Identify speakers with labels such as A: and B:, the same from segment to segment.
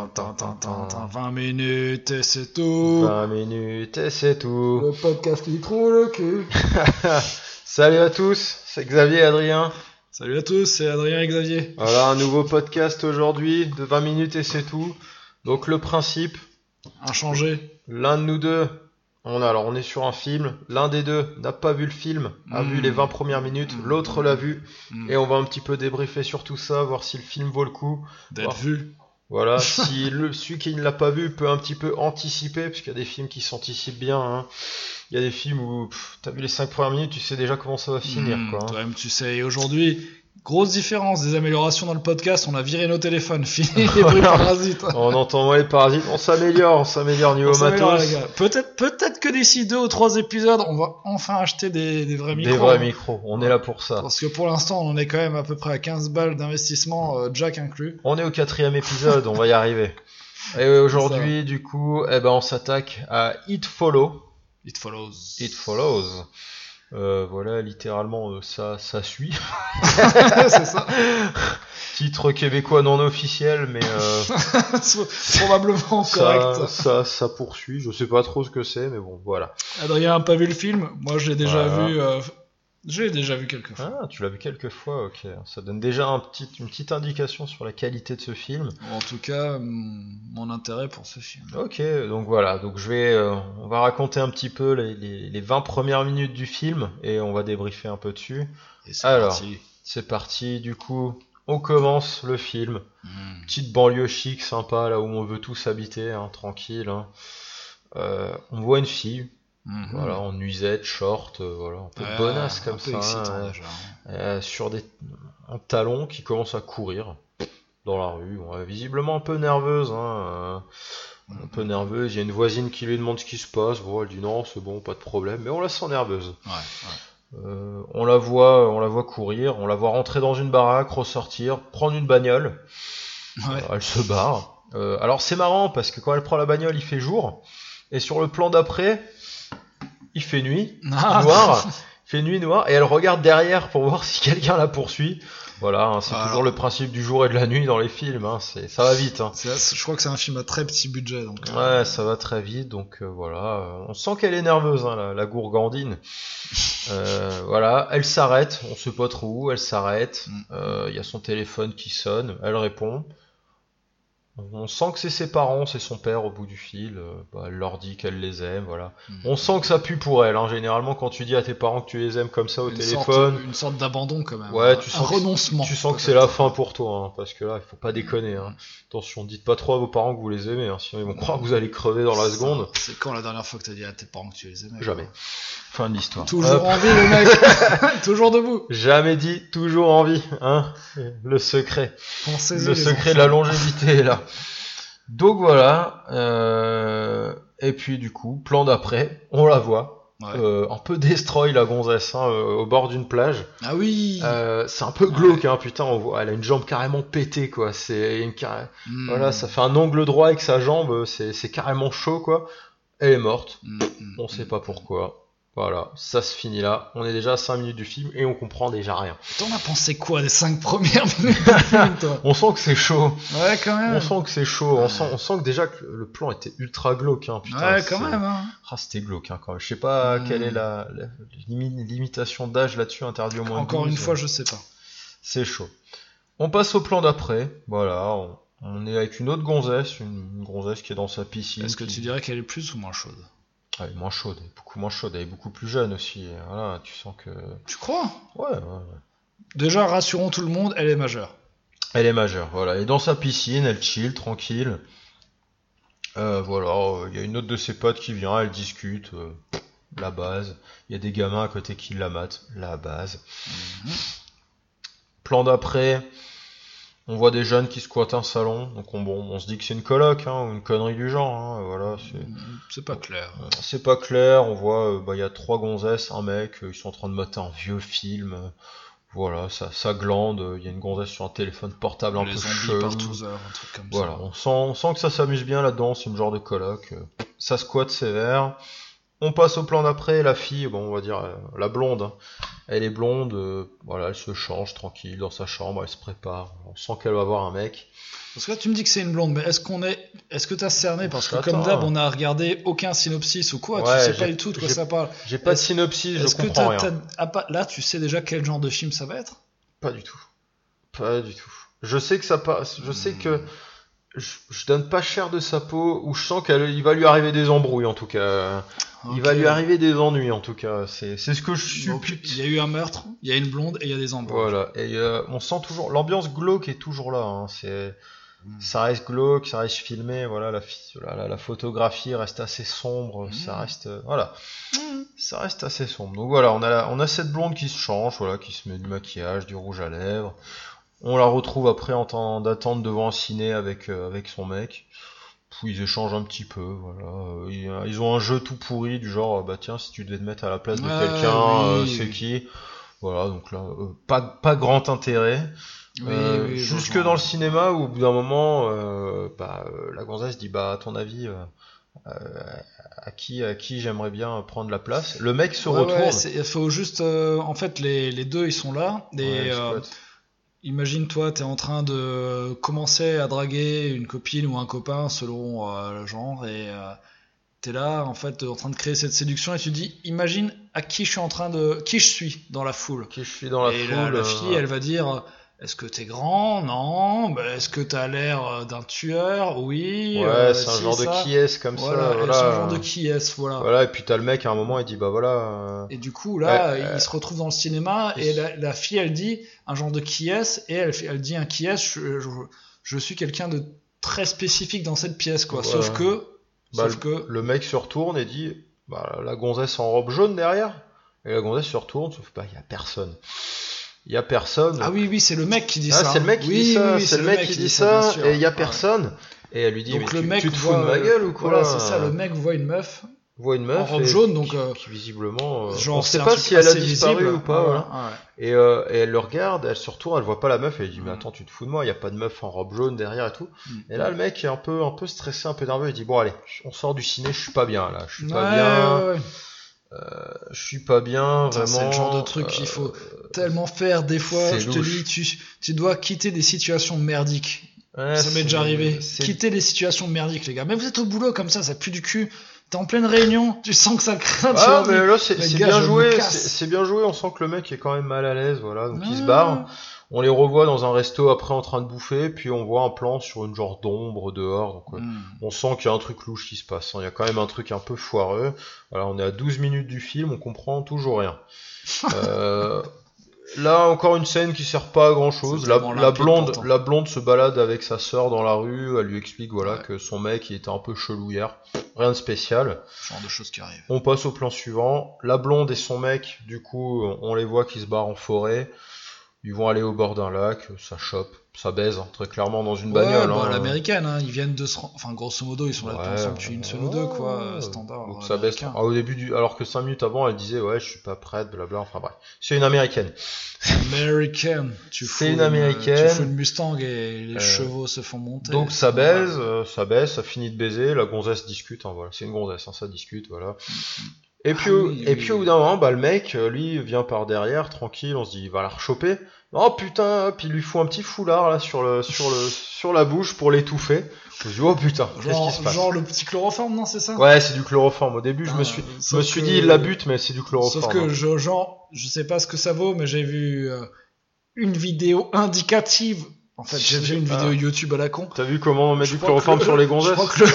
A: 20 minutes et c'est tout.
B: 20 minutes et c'est tout.
A: Le podcast qui trouve le cul.
B: Salut à tous, c'est Xavier et Adrien.
A: Salut à tous, c'est Adrien et Xavier.
B: Voilà un nouveau podcast aujourd'hui de 20 minutes et c'est tout. Donc le principe,
A: Inchangé.
B: l'un de nous deux, on a, alors on est sur un film, l'un des deux n'a pas vu le film, a
A: Mm.
B: vu les 20 premières minutes,
A: Mm.
B: l'autre l'a vu
A: Mm.
B: et on va un petit peu débriefer sur tout ça, voir si le film vaut le coup.
A: D'être vu.
B: Voilà, si le, celui qui ne l'a pas vu peut un petit peu anticiper, parce qu'il y a des films qui s'anticipent bien. hein. Il y a des films où pff, t'as vu les 5 premières minutes, tu sais déjà comment ça va finir.
A: Hmm,
B: quoi, hein.
A: Toi-même, tu sais. Et aujourd'hui, grosse différence des améliorations dans le podcast. On a viré nos téléphones. Fini les bruits parasites.
B: On entend moins les parasites, on s'améliore, on s'améliore niveau
A: On s'améliore,
B: matos.
A: les gars. Peut-être peut-être que d'ici deux ou trois épisodes, on va enfin acheter des, des vrais micros.
B: Des vrais micros, on est là pour ça.
A: Parce que pour l'instant, on en est quand même à peu près à 15 balles d'investissement, euh, Jack inclus.
B: On est au quatrième épisode, on va y arriver. Et aujourd'hui, du coup, eh ben, on s'attaque à It Follow.
A: It follows.
B: It Follows. Euh, voilà, littéralement, euh, ça, ça suit.
A: c'est ça.
B: Titre québécois non officiel, mais euh,
A: C'est Probablement
B: ça,
A: correct.
B: ça, ça poursuit. Je sais pas trop ce que c'est, mais bon, voilà.
A: Adrien n'a pas vu le film. Moi, je l'ai déjà
B: Voilà.
A: vu. euh, je l'ai déjà vu quelques fois.
B: Ah, tu l'as vu quelques fois, ok. Ça donne déjà un petit, une petite indication sur la qualité de ce film.
A: En tout cas, hum, mon intérêt pour ce film.
B: Ok, donc voilà, donc je vais, euh, on va raconter un petit peu les, les, les 20 premières minutes du film et on va débriefer un peu dessus.
A: Et c'est
B: Alors.
A: parti.
B: C'est parti, du coup, on commence le film.
A: Hmm.
B: Petite banlieue chic, sympa, là où on veut tous habiter, hein, tranquille. hein. Euh, on voit une fille,
A: Mhm.
B: voilà, en nuisette, short, euh, voilà, un peu
A: Ouais,
B: bonasse
A: Ah, un
B: comme
A: peu
B: ça,
A: excitant,
B: hein,
A: déjà, hein.
B: euh, sur des en talons qui commence à courir dans la rue, ouais, visiblement un peu nerveuse, hein, euh, un peu nerveuse. Il y a une voisine qui lui demande ce qui se passe, bon, elle dit non, c'est bon, pas de problème, mais on la sent nerveuse.
A: Ouais, ouais.
B: Euh, on la voit, on la voit courir, on la voit rentrer dans une baraque, ressortir, prendre une bagnole.
A: Ouais.
B: Alors, elle se barre. Euh, alors c'est marrant parce que quand elle prend la bagnole, il fait jour, et sur le plan d'après, il fait nuit
A: Ah.
B: noir, fait nuit noire, et elle regarde derrière pour voir si quelqu'un la poursuit. Voilà, hein, c'est
A: Alors.
B: toujours le principe du jour et de la nuit dans les films, hein, c'est, ça va vite. hein.
A: C'est- Je crois que c'est un film à très petit budget. Donc, euh,
B: Ouais, ça va très vite, donc euh, voilà. euh, On sent qu'elle est nerveuse, hein, la, la gourgandine. Euh, voilà, elle s'arrête, on sait pas trop où, elle s'arrête.
A: Mm.
B: Euh, Il y a son téléphone qui sonne, elle répond. On sent que c'est ses parents, c'est son père au bout du fil. euh, bah, elle leur dit qu'elle les aime, voilà.
A: hmm.
B: On sent que ça pue pour elle. Hein. Généralement, quand tu dis à tes parents que tu les aimes comme ça au
A: une
B: téléphone,
A: Sorte, une sorte d'abandon quand même.
B: Ouais, tu
A: un
B: sens que-
A: renoncement.
B: tu sens que c'est la fin pour toi. Hein, parce que là, il faut
A: Mm.
B: pas déconner. Hein. Attention, dites pas trop à vos parents que vous les aimez. Hein, sinon, ils vont croire que vous allez crever dans la
A: Ça,
B: seconde.
A: C'est quand la dernière fois que t'as dit à tes parents que tu les aimais
B: Jamais.
A: quoi.
B: Fin de l'histoire.
A: Toujours
B: Hop.
A: en vie, le mec. Toujours debout.
B: Jamais dit, toujours en vie. Hein. Le secret.
A: Pensez-y.
B: Le
A: les
B: secret de la longévité est là. Donc voilà. euh, Et puis du coup, plan d'après, on la voit.
A: enfants. Ouais.
B: euh, un peu destroy la gonzesse hein, euh, au bord d'une plage.
A: Ah oui.
B: Euh, c'est un peu glauque, hein, putain. On voit, elle a une jambe carrément pétée, quoi. C'est une carré-
A: Hmm.
B: voilà, ça fait un ongle droit avec sa jambe. euh, C'est, c'est carrément chaud, quoi. Elle est morte.
A: Hmm, hmm,
B: On sait pas pourquoi. Voilà, ça se finit là. On est déjà à 5 minutes du film et on comprend déjà rien.
A: T'en as pensé quoi des 5 premières minutes du film, toi
B: On sent que c'est chaud.
A: Ouais, quand même.
B: On sent que c'est chaud. On sent, on sent que déjà que le plan était ultra glauque, hein, putain.
A: ouais, quand
B: c'est-
A: même. Hein.
B: Ah, c'était glauque, hein, quand même. Je sais pas
A: Hmm.
B: quelle est la, la limi- limitation d'âge là-dessus, interdit au moins. de
A: Encore une
B: 12.
A: fois, je sais pas.
B: C'est chaud. On passe au plan d'après. Voilà, on, on est avec une autre gonzesse, une, une gonzesse qui est dans sa piscine.
A: Est-ce que
B: qui-
A: tu dirais qu'elle est plus ou moins chaude
B: Ah, Elle est moins chaude, elle est beaucoup moins chaude, elle est beaucoup plus jeune aussi. et Voilà, tu sens que.
A: Tu crois
B: Ouais, ouais, ouais.
A: Déjà, rassurons tout le monde, elle est majeure.
B: Elle est majeure, voilà. Elle est dans sa piscine, elle chill, tranquille. Euh, voilà, euh, il y a une autre de ses potes qui vient, elle discute. euh, la base. Il y a des gamins à côté qui la matent. La base. Plan d'après, on voit des jeunes qui squattent un salon, donc on, bon, on se dit que c'est une coloc, hein, ou une connerie du genre, hein, voilà, c'est-
A: C'est pas clair.
B: c'est pas clair, on voit, euh, bah, il y a trois gonzesses, un mec, euh, ils sont en train de mater un vieux film, euh, voilà, ça, ça glande, euh, il y a une gonzesse sur un téléphone portable un
A: les
B: peu
A: zombies
B: chelou.
A: par tous heures, un truc comme
B: Voilà,
A: ça.
B: on sent, on sent que ça s'amuse bien là-dedans, c'est le genre de coloc, euh, ça squatte sévère, On passe au plan d'après, la fille, bon, on va dire euh, la blonde. hein. Elle est blonde, euh, voilà, elle se change tranquille dans sa chambre, elle se prépare. On sent qu'elle va voir un mec.
A: Parce que là, tu me dis que c'est une blonde, mais est-ce qu'on est, est-ce que t'as cerné Parce que
B: Attends.
A: comme d'hab, on a regardé aucun synopsis ou quoi.
B: Ouais,
A: tu sais pas
B: j'ai-
A: du tout de quoi
B: j'ai-
A: ça parle.
B: J'ai pas de
A: Est-ce-
B: synopsis, je
A: Est-ce que
B: comprends
A: t'as,
B: rien.
A: t'as- ah, pas- là, tu sais déjà quel genre de film ça va être
B: Pas du tout. Pas du tout. Je sais que ça passe. Je sais que
A: Hmm.
B: je, je donne pas cher de sa peau ou je sens qu'il va lui arriver des embrouilles en tout cas. Il va
A: Ok.
B: lui arriver des ennuis en tout cas. C'est c'est ce que je
A: Donc,
B: suppute.
A: Il y a eu un meurtre, il y a une blonde et il y a des embrouilles.
B: Voilà. Et euh, on sent toujours l'ambiance glauque est toujours là. hein. C'est
A: Mm.
B: ça reste glauque, ça reste filmé. Voilà la, fi- la, la- la photographie reste assez sombre.
A: Mm.
B: Ça reste euh, voilà. Ça reste assez sombre. Donc voilà, on a, la- on a cette blonde qui se change, voilà, qui se met du maquillage, du rouge à lèvres. On la retrouve après en temps d'attente devant un ciné avec, euh, avec son mec. Puis ils échangent un petit peu, voilà. Euh, Ils, ils ont un jeu tout pourri du genre, euh, bah tiens, si tu devais te mettre à la place de
A: Ouais,
B: quelqu'un,
A: oui,
B: euh,
A: oui.
B: c'est qui Voilà, donc là, euh, pas, pas grand intérêt.
A: Oui,
B: Euh,
A: oui, je
B: jusque
A: vois.
B: dans le cinéma où au bout d'un moment, euh, bah, euh, la gonzesse dit bah à ton avis euh, euh, à qui à qui j'aimerais bien prendre la place. Le mec se
A: Ouais, ouais,
B: retourne.
A: c'est- il faut juste. euh, en fait, les, les deux, ils sont là. Et
B: Ouais, je
A: euh,
B: squatte.
A: imagine-toi, t'es en train de commencer à draguer une copine ou un copain selon euh, le genre. Et euh, t'es là, en fait, en train de créer cette séduction. Et tu dis, imagine à qui je suis en train de. Qui je suis dans la foule.
B: qui je suis dans la
A: et
B: foule.
A: la, la
B: euh,
A: fille, elle va dire. Est-ce que t'es grand Non. Ben, Est-ce que t'as l'air euh, d'un tueur Oui.
B: ouais,
A: euh,
B: c'est un
A: si,
B: genre
A: ça.
B: de qui est comme
A: voilà,
B: ça.
A: elle,
B: Voilà.
A: c'est un genre de qui est-ce, voilà.
B: Voilà, et puis t'as le mec à un moment il dit bah voilà. euh,
A: Et du coup, là,
B: Ouais,
A: il
B: euh,
A: se retrouve dans le cinéma et la, la fille, elle dit un genre de qui est et elle, fait- elle dit un qui est je, je, je suis quelqu'un de très spécifique dans cette pièce, quoi.
B: Voilà.
A: Sauf que.
B: Bah,
A: sauf que.
B: Le mec se retourne et dit bah, la gonzesse en robe jaune derrière. Et la gonzesse se retourne, sauf bah il y a personne. Il y a personne.
A: Ah oui, oui, c'est le mec qui dit
B: Ah,
A: ça. hein.
B: c'est le mec qui
A: Oui,
B: dit ça,
A: oui, oui,
B: c'est le mec qui dit ça,
A: bien sûr.
B: et il y a
A: Ouais.
B: personne. Et elle lui dit,
A: Donc
B: mais
A: le
B: tu,
A: mec
B: tu te fous de
A: voit,
B: ma
A: euh,
B: gueule ou quoi
A: Voilà, c'est ça, le mec voit une meuf,
B: voit une meuf
A: en robe
B: et
A: jaune, donc,
B: qui-
A: euh,
B: qui visiblement, euh,
A: genre,
B: on sait
A: c'est un
B: pas
A: truc
B: si elle a
A: assez
B: disparu
A: visible.
B: ou pas.
A: Ouais,
B: voilà.
A: ouais.
B: Et, euh, et elle le regarde, elle se retourne, elle voit pas la meuf, et elle dit mais
A: Mm.
B: attends tu te fous de moi, il y a pas de meuf en robe jaune derrière et tout.
A: Mm.
B: Et là le mec est un peu un peu stressé, un peu nerveux, il dit bon allez, on sort du ciné, je suis pas bien là, je suis pas
A: Ouais,
B: bien,
A: ouais, ouais.
B: je suis pas bien
A: Putain,
B: vraiment.
A: C'est le genre de truc
B: euh,
A: qu'il faut tellement faire. Des fois,
B: c'est
A: je te dis,
B: louche.
A: tu, tu dois quitter des situations merdiques.
B: euh, ouais,
A: ça m'est
B: c'est-
A: déjà arrivé.
B: c'est-
A: Quitter les situations merdiques, les gars. Mais vous êtes au boulot comme ça, ça pue du cul. T'es en pleine réunion, tu sens que ça craint. tu
B: Ah
A: leur dis,
B: mais là c'est
A: Mais
B: c'est
A: gars,
B: bien
A: je me
B: joué,
A: casse.
B: c'est c'est bien joué, on sent que le mec est quand même mal à l'aise, voilà, donc il se
A: Ah.
B: barre. On les revoit dans un resto après en train de bouffer, puis on voit un plan sur une genre d'ombre dehors. Donc, euh,
A: Hmm.
B: On sent qu'il y a un truc louche qui se passe. hein. Il y a quand même un truc un peu foireux. Voilà, on est à 12 minutes du film, on comprend toujours rien. Euh, là encore une scène qui sert pas à grand chose.
A: C'est
B: La,
A: vraiment hein.
B: la
A: limpide,
B: blonde,
A: pourtant.
B: la blonde se balade avec sa sœur dans la rue. Elle lui explique voilà
A: Ouais.
B: que son mec il était un peu chelou hier. Rien de spécial.
A: Genre de choses qui arrivent.
B: On passe au plan suivant. La blonde et son mec, du coup, on les voit qui se barrent en forêt. Ils vont aller au bord d'un lac, ça chope, ça baise, hein, très clairement dans une bagnole.
A: ouais, bah,
B: hein.
A: l'américaine, hein, ils viennent de se. ren- Enfin, grosso modo, ils sont là
B: Ouais,
A: depuis ensemble, tu es une seule ou deux, quoi, euh,
B: ouais.
A: standard. euh,
B: Donc ça baisse.
A: américain.
B: Ah, au début du, alors que cinq minutes avant, elle disait ouais, je suis pas prête, blabla. Enfin bref, c'est une américaine.
A: Américaine. Tu fous
B: C'est une
A: euh,
B: américaine.
A: Tu fous une Mustang et les
B: Euh,
A: chevaux se font monter.
B: Donc ça baise, euh, ça baise, ça finit de baiser. La gonzesse discute, hein, voilà, c'est une gonzesse, hein, ça discute, voilà.
A: Ah
B: Et puis, au-
A: oui,
B: et
A: oui,
B: puis
A: oui.
B: au bout d'un moment, bah, le mec, euh, lui, vient par derrière, tranquille, on se dit, il va la rechoper. Oh putain, hop, il lui fout un petit foulard là sur le sur le sur la bouche pour l'étouffer. Je me dis oh putain, qu'est-ce qui se
A: Genre,
B: passe
A: genre le petit chloroforme, non, c'est ça
B: Ouais, c'est du chloroforme. Au début, je
A: Putain,
B: me suis
A: euh,
B: je
A: sauf
B: me suis
A: que-
B: dit il la bute, mais c'est du chloroforme.
A: Sauf que,
B: hein.
A: je, genre, je sais pas ce que ça vaut, mais j'ai vu euh, une vidéo indicative. En fait, j'ai j'ai une
B: Ah.
A: vidéo YouTube à la con.
B: T'as vu comment on met
A: Je
B: du
A: crois
B: chloroforme
A: que-
B: sur les
A: Je
B: gonzesses
A: crois, que le...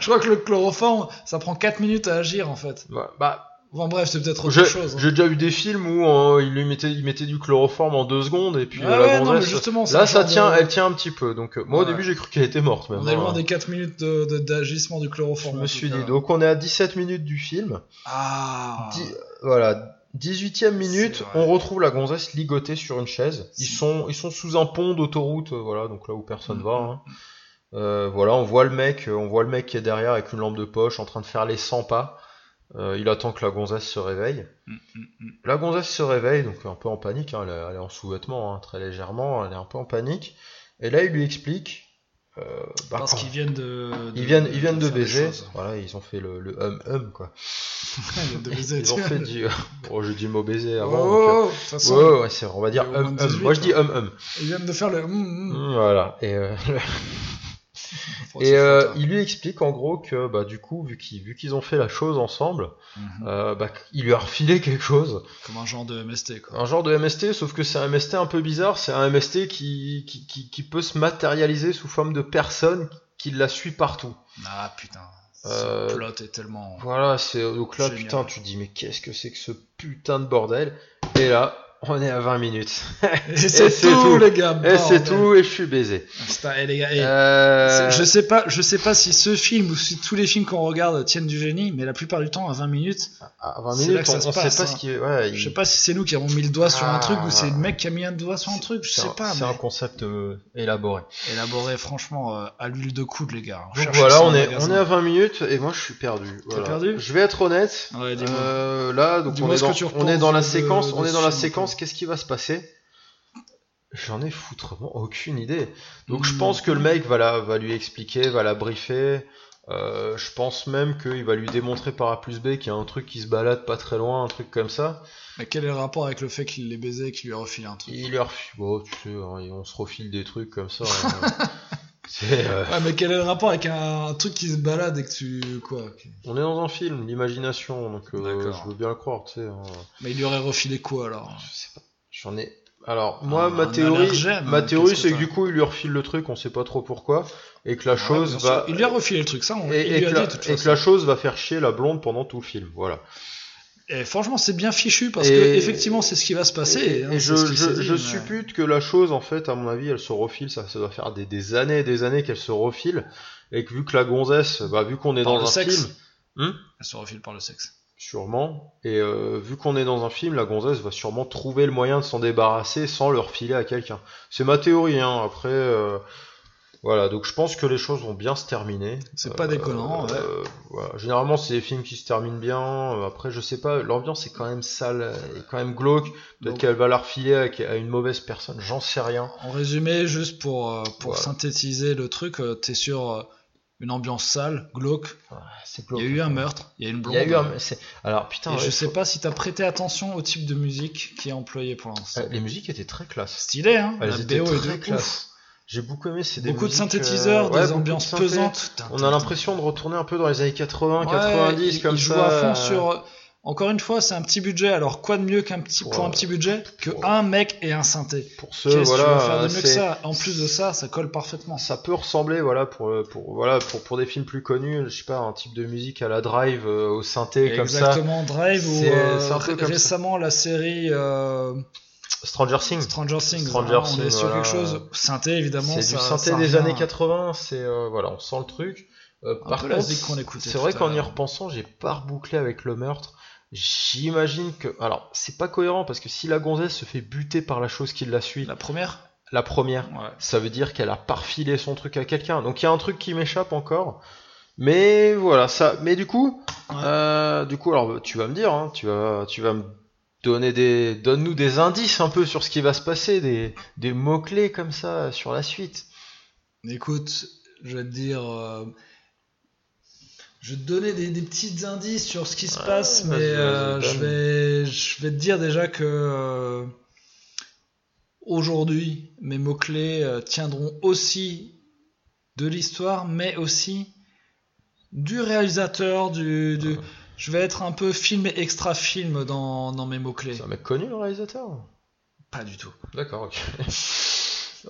A: je crois que le chloroforme, ça prend 4 minutes à agir, en fait.
B: Bah, bah,
A: Enfin bref, c'est peut-être
B: J'ai
A: autre chose. hein.
B: j'ai déjà eu des films où euh, ils lui mettaient, ils mettaient du chloroforme en deux secondes et puis
A: Ah
B: euh, la
A: ouais, non, mais
B: gonzesse.
A: justement, c'est
B: là,
A: le
B: ça
A: genre
B: tient,
A: de-
B: elle tient un petit peu. Donc euh, moi au
A: Ouais.
B: début j'ai cru qu'elle était morte. Mais
A: On
B: bon,
A: est loin
B: euh,
A: des 4 minutes de- de- d'agissement du
B: Je
A: chloroforme. en
B: me
A: tout
B: suis
A: cas.
B: dit. Donc on est à 17 minutes du film.
A: Ah
B: Dix- Voilà. 18 e minute,
A: C'est vrai.
B: on retrouve la gonzesse ligotée sur une chaise. Ils
A: C'est-
B: sont, ils sont sous un pont d'autoroute, euh, voilà, donc là où personne
A: Mhm.
B: va. hein. Euh, voilà, on voit le mec, euh, on voit le mec qui est derrière avec une lampe de poche en train de faire les 100 pas. Euh, il attend que la gonzesse se réveille.
A: Mm, mm, mm.
B: La gonzesse se réveille, donc un peu en panique, hein, elle, elle est en sous-vêtements, hein, très légèrement, elle est un peu en panique. Et là, il lui explique euh, bah,
A: Parce
B: quand-
A: qu'ils viennent de, de-
B: ils viennent, ils viennent de,
A: faire des
B: baiser.
A: choses.
B: Voilà, ils ont fait le, le hum hum quoi.
A: Ils viennent de baiser.
B: Ils ont fait du. Bon, j'ai dit le mot baiser
A: Oh,
B: avant. donc,
A: oh, oh, de toute
B: euh,
A: façon,
B: ouais, ouais, ouais, c'est- on va dire
A: Et au
B: hum
A: moins
B: hum.
A: 18,
B: Moi je dis
A: hein.
B: hum hum.
A: ils viennent de faire le. hum, hum.
B: Mm, Voilà. Et, euh,
A: Enfin,
B: et
A: c'est
B: euh,
A: fou,
B: il lui explique en gros que bah, du coup, vu qu'ils vu qu'ils ont fait la chose ensemble,
A: ça. Mhm.
B: euh, bah, il lui a refilé quelque chose.
A: Comme un genre de MST, quoi.
B: Un genre de MST, sauf que c'est un MST un peu bizarre. C'est un MST qui, qui, qui, qui peut se matérialiser sous forme de personne qui la suit partout.
A: Ah putain, ce
B: Euh,
A: plot est tellement.
B: Voilà, c'est donc là,
A: Génial.
B: putain, tu te dis, mais qu'est-ce que c'est que ce putain de bordel Et là, on est à 20 minutes.
A: Et c'est
B: c'est
A: tout,
B: tout.
A: les gars. Ah,
B: Et c'est
A: bordel.
B: tout, et je suis baisé.
A: Putain, eh, les gars, eh,
B: Euh,
A: Je sais pas, je sais pas si ce film ou si tous les films qu'on regarde tiennent du génie, mais la plupart du temps, à 20 minutes,
B: À 20
A: c'est là
B: minutes,
A: que
B: on,
A: ça se
B: on sait
A: passe,
B: pas
A: hein.
B: ce qui est. Ouais, il-
A: je sais pas si c'est nous qui avons mis le doigt sur un
B: Ah.
A: truc ou c'est le mec qui a mis un doigt sur un truc, je
B: c'est
A: sais
B: un-
A: pas.
B: C'est
A: mais
B: un concept euh, élaboré.
A: Élaboré, franchement, euh, à l'huile de coude, les gars.
B: Donc
A: Cherchez
B: voilà,
A: ça en
B: on est,
A: magasin.
B: on est à 20 minutes, et moi je suis perdu. Voilà.
A: perdu
B: Je vais être honnête.
A: Ouais, dis-moi.
B: Euh, là, donc on
A: Dis-moi
B: est,
A: ce que
B: dans,
A: tu
B: on est dans
A: repenses euh,
B: la
A: de-
B: séquence.
A: de
B: on est
A: ce
B: dans la
A: film,
B: séquence. Qu'est-ce qui va se passer J'en ai foutrement aucune idée. Donc je
A: Hmm.
B: pense que le mec va, la, va lui expliquer, va la briefer. Euh, je pense même qu'il va lui démontrer par A plus B qu'il y a un truc qui se balade pas très loin, un truc comme ça.
A: Mais quel est le rapport avec le fait qu'il l'ait baisé et qu'il lui a refilé un truc
B: Il leur refile. Bon, tu sais, hein, et on se refile des trucs comme ça. hein. C'est, euh,
A: Ouais, mais quel est le rapport avec un, un truc qui se balade et que tu. Quoi ok.
B: on est dans un film, l'imagination, donc euh,
A: D'accord.
B: je veux bien le croire, tu sais. hein.
A: Mais il lui aurait refilé quoi alors
B: Je sais pas. J'en ai. Alors, moi,
A: Un-
B: ma
A: un
B: théorie,
A: allergène,
B: ma
A: qu'est-ce
B: théorie
A: que
B: c'est que
A: t'as Ah
B: du coup, il lui refile le truc, on sait pas trop pourquoi, et que la
A: Ouais,
B: chose
A: bien sûr.
B: va.
A: Il lui a refilé le truc, ça, on il
B: et, et
A: lui
B: que
A: a
B: la,
A: dit de toute
B: et que
A: façon.
B: la chose va faire chier la blonde pendant tout le film, voilà.
A: Et franchement, c'est bien fichu parce que,
B: Et-
A: effectivement, c'est ce qui va se passer.
B: et
A: hein,
B: et
A: c'est
B: je,
A: ce qui s'est
B: je,
A: dit,
B: je
A: mais-
B: suppute que la chose, en fait, à mon avis, elle se refile, ça, ça doit faire des, des années et des années qu'elle se refile, et que vu que la gonzesse, bah, vu qu'on est
A: Par
B: dans
A: le
B: un
A: sexe. Hmm
B: film, Hum
A: Elle se refile par le sexe.
B: sûrement, et euh, vu qu'on est dans un film, la gonzesse va sûrement trouver le moyen de s'en débarrasser sans le refiler à quelqu'un. C'est ma théorie, hein. Après, euh, voilà. Donc je pense que les choses vont bien se terminer.
A: C'est pas déconnant, ouais.
B: Euh, voilà. Généralement, c'est des films qui se terminent bien. Euh, Après, je sais pas. L'ambiance est quand même sale, est quand même glauque. Peut-être
A: Donc-
B: qu'elle va la refiler à, à une mauvaise personne. J'en sais rien.
A: En résumé, juste pour, euh, pour
B: Voilà.
A: synthétiser le truc, euh, t'es sur euh, une ambiance sale, Ah, glauque.
B: C'est
A: Il
B: glauque.
A: y a eu un meurtre, il y a une
B: Il
A: blonde.
B: y a eu un- c'est- Alors putain.
A: Et
B: ouais,
A: je
B: faut-
A: sais pas si t'as prêté attention au type de musique qui est employé pour l'instant.
B: Euh, Les musiques étaient très classe.
A: Stylé, hein
B: Elles
A: La
B: étaient
A: BO est
B: très
A: de ouf.
B: classe. J'ai beaucoup aimé. C'est des
A: Beaucoup de
B: musiques, euh,
A: synthétiseurs,
B: ouais,
A: des
B: beaucoup de
A: ambiances
B: synthé.
A: pesantes. Putain,
B: On
A: putain,
B: a l'impression de retourner un peu dans les années 80,
A: putain. Ouais,
B: 90,
A: il-
B: comme
A: il joue
B: ça.
A: à fond
B: euh,
A: sur. Encore une fois, c'est un petit budget. Alors quoi de mieux qu'un petit pour
B: Ouais.
A: un petit budget que
B: Ouais.
A: un mec et un synthé.
B: euh, Pour
A: Qu'est-ce
B: ceux,
A: que tu veux faire
B: voilà,
A: de mieux que
B: c'est-
A: ça En plus de ça, ça colle parfaitement.
B: ça peut ressembler, voilà, pour, euh, pour, voilà, pour, pour des films plus connus, je sais pas, un type de musique à la drive, euh, au synthé, comme ça.
A: Exactement, Drive ou
B: C'est-
A: euh,
B: c'est un peu
A: ré-
B: comme ça.
A: récemment la série euh,
B: Stranger Things.
A: Stranger Things.
B: Hmm. Stranger
A: hein, on est
B: Things,
A: sur
B: voilà.
A: quelque chose synthé évidemment.
B: C'est du
A: ça-
B: synthé
A: ça
B: des
A: revient
B: années
A: à-
B: 80, c'est, euh, voilà, on sent le truc. Euh,
A: Un
B: par
A: peu la
B: contre,
A: zik qu'on écoutait
B: c'est
A: tout
B: vrai
A: à
B: qu'en y
A: l'heure.
B: repensant, j'ai pas rebouclé avec le meurtre. J'imagine que, alors, c'est pas cohérent parce que si la gonzesse se fait buter par la chose qui la suit,
A: La première.
B: la première,
A: Ouais.
B: ça veut dire qu'elle a parfilé son truc à quelqu'un. Donc il y a un truc qui m'échappe encore. Mais voilà, ça. Mais du coup,
A: Ouais.
B: euh, du coup, alors tu vas me dire, hein, tu vas, tu vas me donner des, donne-nous des indices un peu sur ce qui va se passer, des, des mots clés comme ça sur la suite.
A: Écoute, je vais te dire. euh, Je vais te donner des, des petits indices sur ce qui se
B: Ouais,
A: passe, mais
B: vas-y, vas-y,
A: euh,
B: donne.
A: je, vais, je vais te dire déjà que euh, aujourd'hui, mes mots-clés euh, tiendront aussi de l'histoire, mais aussi du réalisateur, du, du-
B: Ouais.
A: je vais être un peu film et extra-film dans, dans mes mots-clés.
B: C'est un mec connu le réalisateur.
A: Pas du tout.
B: D'accord. Ok.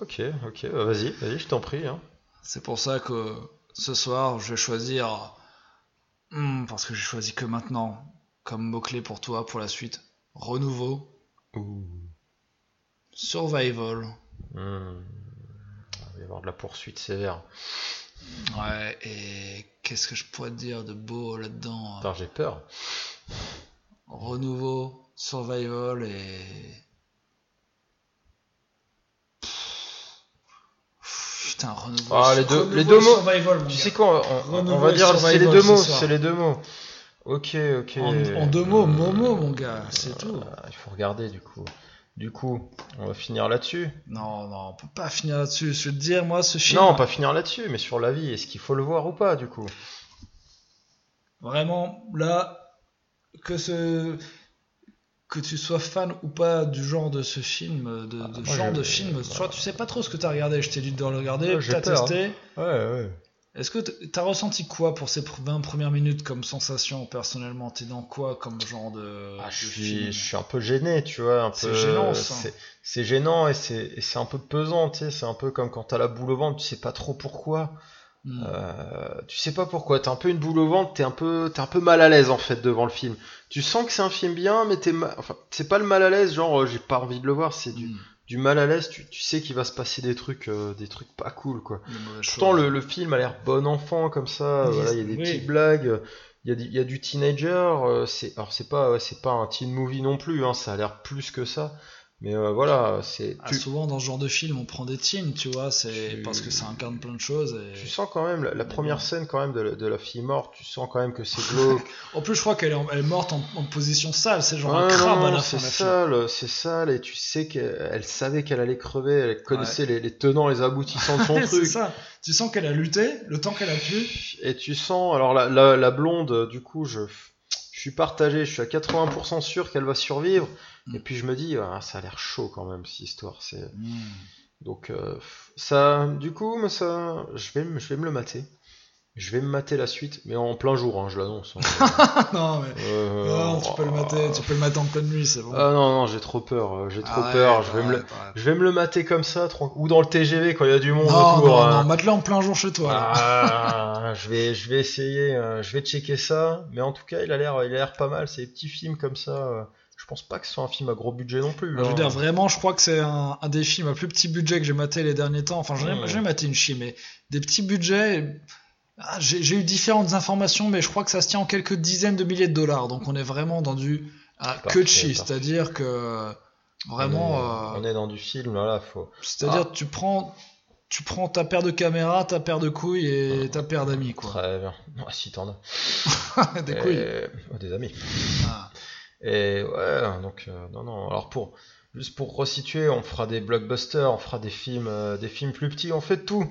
B: ok, ok. bah, vas-y, vas-y, je t'en prie. hein.
A: C'est pour ça que ce soir, je vais choisir. Hmm, parce que j'ai choisi que maintenant, comme mot-clé pour toi, pour la suite. Renouveau, survival.
B: Hmm. Il va y avoir de la poursuite sévère.
A: Ouais, et qu'est-ce que je pourrais te dire de beau là-dedans hein.
B: Putain, j'ai peur.
A: Renouveau, survival et. Pff, Putain, renouveau.
B: Ah, les deux-
A: renouveau
B: les deux
A: et
B: mots.
A: survival, mon
B: Tu
A: gars.
B: sais quoi, on, on- on
A: Renouveau
B: va
A: et
B: dire c'est les
A: survival
B: deux
A: ce
B: mots,
A: soir.
B: c'est les deux mots. Ok, ok. Euh,
A: En, en deux mots, Momo, mon gars, c'est tout.
B: Ah, il faut regarder du coup. Du coup, on va finir là-dessus.
A: Non, non, on peut pas finir là-dessus. Je veux te dire, moi, ce film.
B: Non, pas finir là-dessus, mais sur la vie. Est-ce qu'il faut le voir ou pas, du coup
A: Vraiment, là, que ce. Que tu sois fan ou pas du genre de ce film, de, de
B: Ah, moi,
A: genre
B: je-
A: de film, soit
B: voilà.
A: tu sais pas trop ce que t'as regardé, je t'ai dit de le regarder,
B: Ouais, j'ai
A: t'as
B: peur,
A: testé.
B: Ouais, ouais.
A: Est-ce que t- t'as ressenti quoi pour ces pr- 20 premières minutes comme sensation personnellement T'es dans quoi comme genre de,
B: Ah,
A: de
B: je,
A: film
B: suis, je suis un peu gêné, tu vois. un
A: C'est
B: peu-
A: gênant, ça.
B: C'est c'est gênant et c'est et c'est un peu pesant, tu sais. C'est un peu comme quand t'as la boule au ventre, tu sais pas trop pourquoi.
A: Hmm.
B: Euh, tu sais pas pourquoi. T'as un peu une boule au ventre, t'es un, peu- t'es un peu mal à l'aise en fait devant le film. Tu sens que c'est un film bien, mais t'es ma- enfin, c'est pas le mal à l'aise, genre euh, j'ai pas envie de le voir. C'est du,
A: Hmm.
B: du mal à l'aise, tu, tu sais qu'il va se passer des trucs, euh, des trucs pas cool quoi.
A: Des mauvaises
B: Pourtant,
A: choses.
B: le, le film a l'air bon enfant comme ça.
A: Oui,
B: Voilà, il y a des
A: oui.
B: petites blagues, il y a, du- il y a du teenager. euh, c'est alors c'est pas ouais, c'est pas un teen movie non plus. hein, ça a l'air plus que ça. Mais euh, voilà, c'est
A: Ah,
B: tu,
A: souvent dans ce genre de film, on prend des teams, tu vois, c'est
B: Tu-
A: parce que ça incarne plein de choses. et-
B: tu sens quand même la, la première scène quand même de, la- de la fille morte. Tu sens quand même que c'est glauque.
A: En plus, je crois qu'elle est, en- elle est morte en, en position sale, c'est genre
B: Ouais,
A: un crabe
B: non,
A: à la fin.
B: c'est
A: la fille.
B: sale, c'est sale. Et tu sais qu'elle elle savait qu'elle allait crever. Elle connaissait les, les tenants, les aboutissants de
A: Ouais,
B: son
A: c'est
B: truc.
A: ça. Tu sens qu'elle a lutté le temps qu'elle a pu.
B: Et tu sens, alors la, la, la blonde, euh, du coup, je, je suis partagé, je suis à 80% sûr qu'elle va survivre.
A: Mm.
B: Et puis je me dis, ah, ça a l'air chaud quand même, cette histoire. C'est... Donc, euh, ça, du coup, moi, ça, je, vais, me- je vais me le mater. Je vais me mater la suite, mais en plein jour, hein, je l'annonce. hein.
A: Ah non, mais.
B: Euh,
A: Non, tu peux le mater, tu peux le Ah mater en pleine nuit, c'est bon.
B: Ah non, non, j'ai trop peur, euh, j'ai trop
A: Arrête,
B: peur. Je vais, me le...
A: arrête, arrête.
B: je vais me le mater comme ça, tranquille. ou dans le TGV quand il y a du monde
A: Non,
B: autour.
A: non,
B: hein.
A: non, mate-le en plein jour chez toi. là.
B: Ah, je vais, je vais essayer, euh, je vais checker ça. Mais en tout cas, il a l'air, il a l'air pas mal. C'est des petits films comme ça. euh, Je pense pas que ce soit un film à gros budget non plus.
A: Ah, Je veux
B: hein.
A: dire, vraiment, je crois que c'est un, un des films à plus petit budget que j'ai maté les derniers temps. Enfin, j'en ai,
B: Ouais.
A: j'en ai maté une chie, mais des petits budgets. ah, j'ai j'ai eu différentes informations, mais je crois que ça se tient en quelques dizaines de milliers de dollars. Donc, on est vraiment dans du à
B: Parfait,
A: que de chie.
B: parfait.
A: C'est-à-dire que
B: On est-
A: vraiment, euh,
B: on est dans du film. Voilà, faut. Ah.
A: c'est-à-dire tu prends. Tu prends ta paire de caméras, ta paire de couilles et
B: Ah.
A: ta paire d'amis, quoi.
B: Très bien. Ah, si t'en as.
A: Des
B: Et-
A: couilles.
B: oh, des amis.
A: Ah.
B: Et ouais, donc euh, non, non. Alors pour juste pour resituer, on fera des blockbusters, on fera des films, euh, des films plus petits. On fait de tout.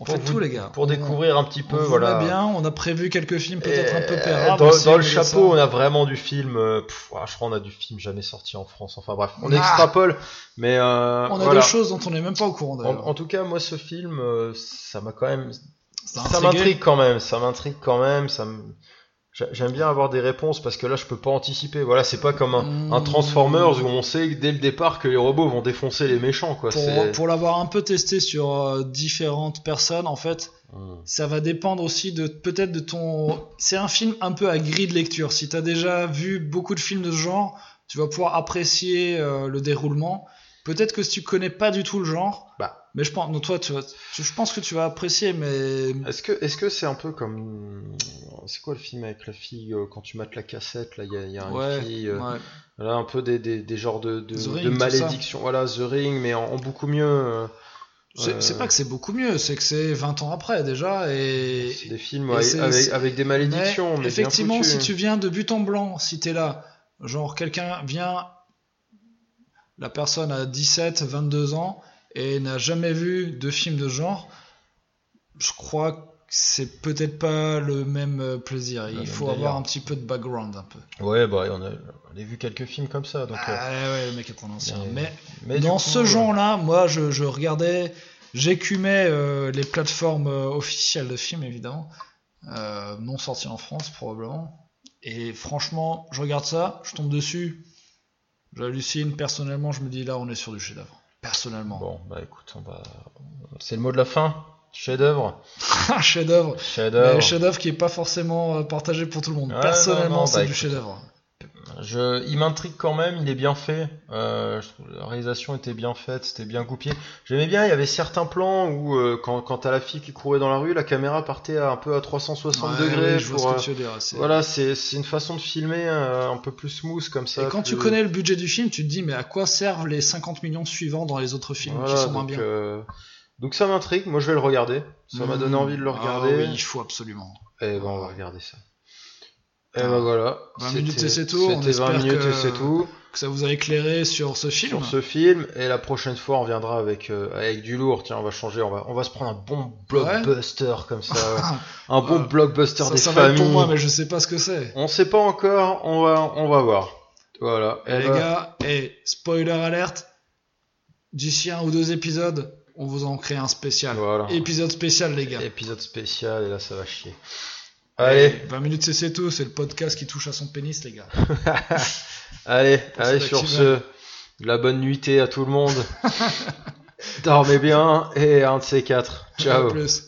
A: On
B: Pour
A: fait
B: vous-
A: tout, les gars.
B: Pour
A: On-
B: découvrir un petit
A: on
B: peu,
A: vous
B: voilà.
A: met bien, on a prévu quelques films peut-être un peu
B: Et,
A: pérables.
B: Euh, Dans,
A: aussi,
B: dans
A: mais
B: le
A: ça-
B: chapeau, on a vraiment du film. euh, pff, ah, je crois qu'on a du film jamais sorti en France. Enfin bref, on
A: Ah.
B: extrapole. Mais euh,
A: On a
B: voilà.
A: des choses dont on n'est même pas au courant
B: En,
A: d'ailleurs.
B: en tout cas, moi, ce film, euh, ça m'a quand même.
A: Ça
B: Ça
A: intriguait.
B: m'intrigue quand même. Ça m'intrigue quand même. Ça me- J'a- J'aime bien avoir des réponses parce que là, je peux pas anticiper. Voilà, c'est pas comme un, un
A: Mmh.
B: Transformers où on sait dès le départ que les robots vont défoncer les méchants, quoi.
A: Pour,
B: c'est-
A: pour l'avoir un peu testé sur euh, différentes personnes, en fait,
B: Mmh.
A: ça va dépendre aussi de peut-être de ton. C'est un film un peu à grille de lecture. Si t'as déjà vu beaucoup de films de ce genre, tu vas pouvoir apprécier euh, le déroulement. Peut-être que si tu connais pas du tout le genre,
B: Bah.
A: mais je pense, non, toi, tu vas- tu- je pense que tu vas apprécier, mais
B: Est-ce que est-ce que c'est un peu comme c'est quoi le film avec la fille euh, quand tu mates la cassette là il y a, il y a une
A: Ouais,
B: fille euh,
A: ouais.
B: Voilà, un peu des, des, des genres de, de,
A: The
B: de
A: Ring, tout
B: malédiction. Voilà, The Ring, mais en, en beaucoup mieux. euh,
A: C'est- c'est
B: euh,
A: pas que c'est beaucoup mieux, c'est que c'est 20 ans après déjà et
B: c'est des films
A: et
B: avec,
A: c'est-
B: avec,
A: c'est-
B: avec des
A: Mais
B: malédictions. Mais bien
A: effectivement,
B: foutues.
A: si tu viens de but en blanc, si t'es là, genre quelqu'un vient, la personne a 17, 22 ans et n'a jamais vu de film de ce genre, je crois que c'est peut-être pas le même euh, plaisir. Il
B: même
A: faut
B: délire.
A: avoir un petit peu de background un peu.
B: Ouais, bah, on a, on a vu quelques films comme ça. Donc, euh,
A: Ah ouais, le mec est trop ancien.
B: mais-
A: Mais
B: mais du
A: dans
B: coup,
A: ce
B: euh,
A: genre-là, moi, je, je regardais, j'écumais euh, les plateformes euh, officielles de films, évidemment, euh, non sorties en France, probablement. Et franchement, je regarde ça, je tombe dessus, j'hallucine. Personnellement, je me dis, là, on est sur du chef-d'œuvre. Personnellement.
B: Bon, bah écoute, on va... c'est le mot de la fin. Chef-d'œuvre.
A: Un chef-d'œuvre.
B: Chef-d'œuvre.
A: Mais Bah, chef-d'œuvre qui est pas forcément euh, partagé pour tout le monde.
B: Ouais, non,
A: Personnellement,
B: non,
A: c'est
B: bah,
A: du
B: écoute.
A: chef-d'œuvre.
B: Je, il m'intrigue quand même, il est bien fait. Euh, je trouve- la réalisation était bien faite, c'était bien goupillé. J'aimais bien, il y avait certains plans où, euh, quand, quand t'as la fille qui courait dans la rue, la caméra partait à- un peu à 360
A: Ouais,
B: degrés.
A: oui, je vois
B: pour,
A: ce
B: euh,
A: que tu veux dire. c'est-
B: Voilà, c'est c'est une façon de filmer euh, un peu plus smooth comme ça.
A: Et quand tu
B: plus-
A: connais le budget du film, tu te dis, mais à quoi servent les 50 millions suivants dans les autres films
B: Voilà,
A: qui sont moins
B: donc,
A: bien
B: euh, donc ça m'intrigue, moi je vais le regarder. Ça m'a donné
A: Mmh.
B: envie de le
A: Ah
B: regarder.
A: oui, il faut absolument.
B: Et ben on va regarder ça. Et
A: Ah.
B: ben voilà.
A: 20 minutes
B: c'était-
A: et c'est tout, on
B: C'était 20
A: espère
B: minutes
A: que-
B: et c'est tout.
A: que ça vous a éclairé sur ce film.
B: Sur ce film, et la prochaine fois, on viendra avec, euh, avec du lourd. Tiens, on va changer, on va, on va se prendre un bon blockbuster comme ça. un bon
A: Ah. Ouais.
B: blockbuster
A: ça
B: des
A: ça va
B: familles.
A: être pour moi, mais je sais pas ce que c'est.
B: On sait pas encore, on va, on va voir. Voilà.
A: Et
B: Eh
A: les
B: ben,
A: gars, et spoiler alerte, d'ici un ou deux épisodes, on vous en crée un spécial.
B: Voilà.
A: Épisode spécial, les gars.
B: Épisode spécial, et là, ça va chier. Allez,
A: 20 minutes, c'est- c'est tout. C'est le podcast qui touche à son pénis, les gars.
B: allez, allez,
A: cet
B: sur ce,
A: activage.
B: de la bonne nuitée à tout le monde. Dormez bien, et un de ces quatre.
A: À
B: Ciao.
A: plus.